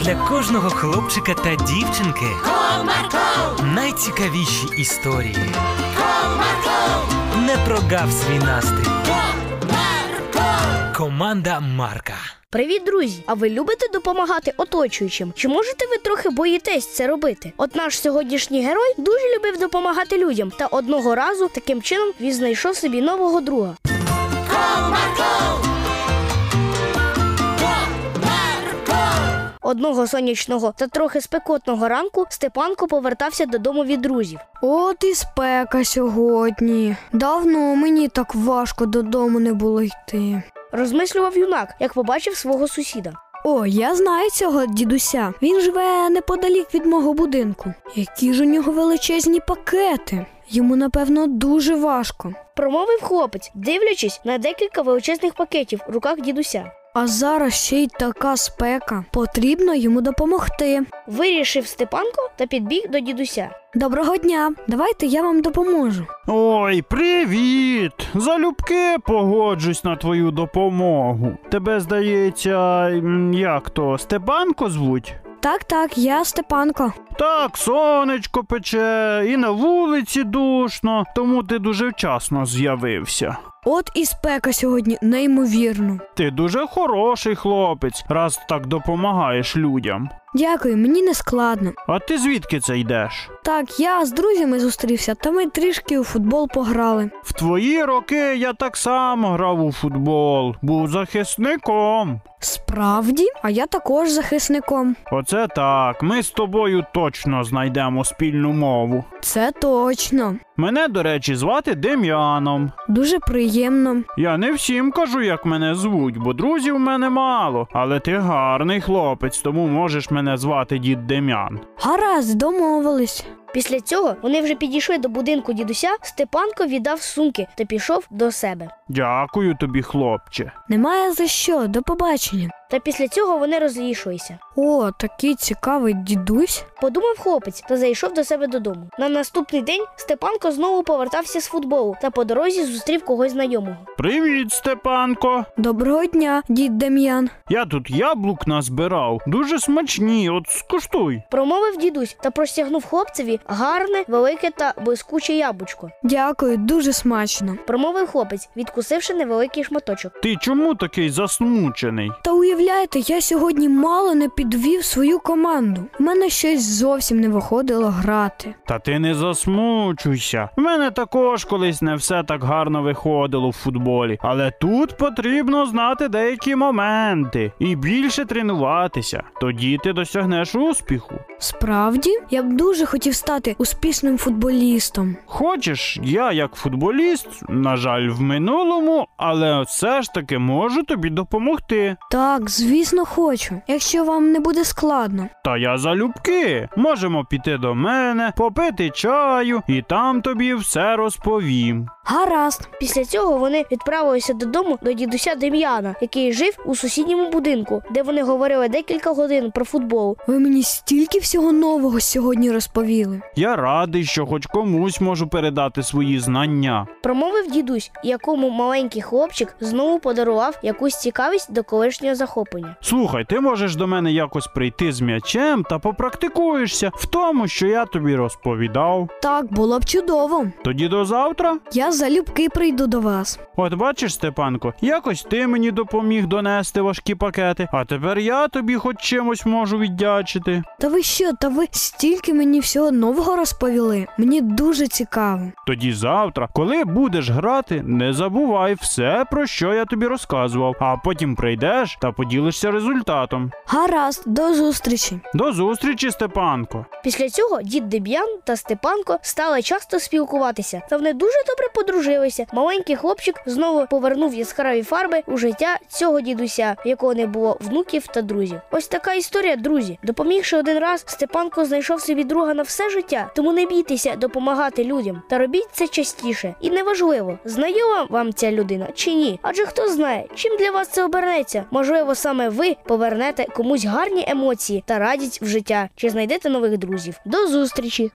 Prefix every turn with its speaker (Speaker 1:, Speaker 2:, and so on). Speaker 1: для кожного хлопчика та дівчинки
Speaker 2: Comarco,
Speaker 1: найцікавіші історії.
Speaker 2: Comarco,
Speaker 1: Не прогав свій настрій.
Speaker 2: Comarco.
Speaker 1: Команда Марка.
Speaker 3: Привіт, друзі! А ви любите допомагати оточуючим? Чи можете ви трохи боїтесь це робити? От наш сьогоднішній герой дуже любив допомагати людям, та одного разу таким чином він знайшов собі нового друга. Одного сонячного та трохи спекотного ранку Степанко повертався додому від друзів.
Speaker 4: От і спека сьогодні. Давно мені так важко додому не було йти.
Speaker 3: Розмислював юнак, як побачив свого сусіда.
Speaker 4: О, я знаю цього дідуся. Він живе неподалік від мого будинку. Які ж у нього величезні пакети. Йому, напевно, дуже важко.
Speaker 3: Промовив хлопець, дивлячись на декілька величезних пакетів в руках дідуся.
Speaker 4: А зараз ще й така спека. Потрібно йому допомогти.
Speaker 3: Вирішив Степанко та підбіг до дідуся.
Speaker 4: Доброго дня, давайте я вам допоможу.
Speaker 5: Ой, привіт! Залюбки погоджусь на твою допомогу. Тебе здається, м, як то, Степанко звуть?
Speaker 4: Так, так, я Степанко.
Speaker 5: Так, сонечко пече, і на вулиці душно, тому ти дуже вчасно з'явився.
Speaker 4: От і спека сьогодні неймовірно.
Speaker 5: Ти дуже хороший хлопець, раз так допомагаєш людям.
Speaker 4: Дякую, мені не складно.
Speaker 5: А ти звідки це йдеш?
Speaker 4: Так, я з друзями зустрівся, та ми трішки у футбол пограли.
Speaker 5: В твої роки я так само грав у футбол, був захисником.
Speaker 4: Справді, а я також захисником.
Speaker 5: Оце так, ми з тобою точно знайдемо спільну мову.
Speaker 4: Це точно.
Speaker 5: Мене, до речі, звати Дем'яном.
Speaker 4: Дуже приємно.
Speaker 5: Я не всім кажу, як мене звуть, бо друзів в мене мало, але ти гарний хлопець, тому можеш мене звати дід Дем'ян.
Speaker 4: Гаразд, домовились.
Speaker 3: Після цього вони вже підійшли до будинку дідуся. Степанко віддав сумки та пішов до себе.
Speaker 5: Дякую тобі, хлопче.
Speaker 4: Немає за що, до побачення.
Speaker 3: Та після цього вони розійшлися.
Speaker 4: О, такий цікавий дідусь.
Speaker 3: Подумав хлопець та зайшов до себе додому. На наступний день Степанко знову повертався з футболу та по дорозі зустрів когось знайомого.
Speaker 5: Привіт, Степанко.
Speaker 4: Доброго дня, дід Дем'ян.
Speaker 5: Я тут яблук назбирав. Дуже смачні, от скуштуй.
Speaker 3: Промовив дідусь та простягнув хлопцеві гарне, велике та блискуче яблучко.
Speaker 4: Дякую, дуже смачно.
Speaker 3: Промовив хлопець, відкусивши невеликий шматочок.
Speaker 5: Ти чому такий засмучений?
Speaker 4: Та уявляєте, я сьогодні мало не підвів свою команду. У мене щось зовсім не виходило грати.
Speaker 5: Та ти не засмучуйся. В мене також колись не все так гарно виходило в футболі, але тут потрібно знати деякі моменти і більше тренуватися. Тоді ти досягнеш успіху.
Speaker 4: Справді, я б дуже хотів стати успішним футболістом.
Speaker 5: Хочеш, я як футболіст, на жаль, в минулому, але все ж таки можу тобі допомогти.
Speaker 4: Так, звісно, хочу, якщо вам не буде складно.
Speaker 5: Та я залюбки. Можемо піти до мене, попити чаю, і там тобі все розповім.
Speaker 4: Гаразд,
Speaker 3: Після цього вони відправилися додому до дідуся Дем'яна, який жив у сусідньому будинку, де вони говорили декілька годин про футбол.
Speaker 4: ви мені стільки всього нового сьогодні розповіли.
Speaker 5: Я радий, що хоч комусь можу передати свої знання.
Speaker 3: Промовив дідусь, якому маленький хлопчик знову подарував якусь цікавість до колишнього захоплення.
Speaker 5: Слухай, ти можеш до мене якось прийти з м'ячем та попрактикуєшся в тому, що я тобі розповідав.
Speaker 4: Так, було б чудово.
Speaker 5: Тоді до завтра.
Speaker 4: Я залюбки прийду до вас.
Speaker 5: От бачиш, Степанко, якось ти мені допоміг донести важкі пакети, а тепер я тобі хоч чимось можу віддячити.
Speaker 4: Та ви що, та ви стільки мені всього нового розповіли? Мені дуже цікаво.
Speaker 5: Тоді завтра, коли будеш грати, не забувай все, про що я тобі розказував, а потім прийдеш та поділишся результатом.
Speaker 4: Гаразд, до зустрічі.
Speaker 5: До зустрічі, Степанко.
Speaker 3: Після цього дід Дем'ян та Степанко стали часто спілкуватися, та вони дуже добре подружилися. Маленький хлопчик знову повернув яскраві фарби у життя цього дідуся, в якого не було внуків та друзів. Ось така історія, друзі. Допомігши один раз, Степанко знайшов собі друга на все життя. Тому не бійтеся допомагати людям та робіть це частіше. І неважливо, знайома вам ця людина чи ні. Адже хто знає, чим для вас це обернеться. Можливо, саме ви повернете комусь гарні емоції та радість в життя, чи знайдете нових друзів. До зустрічі!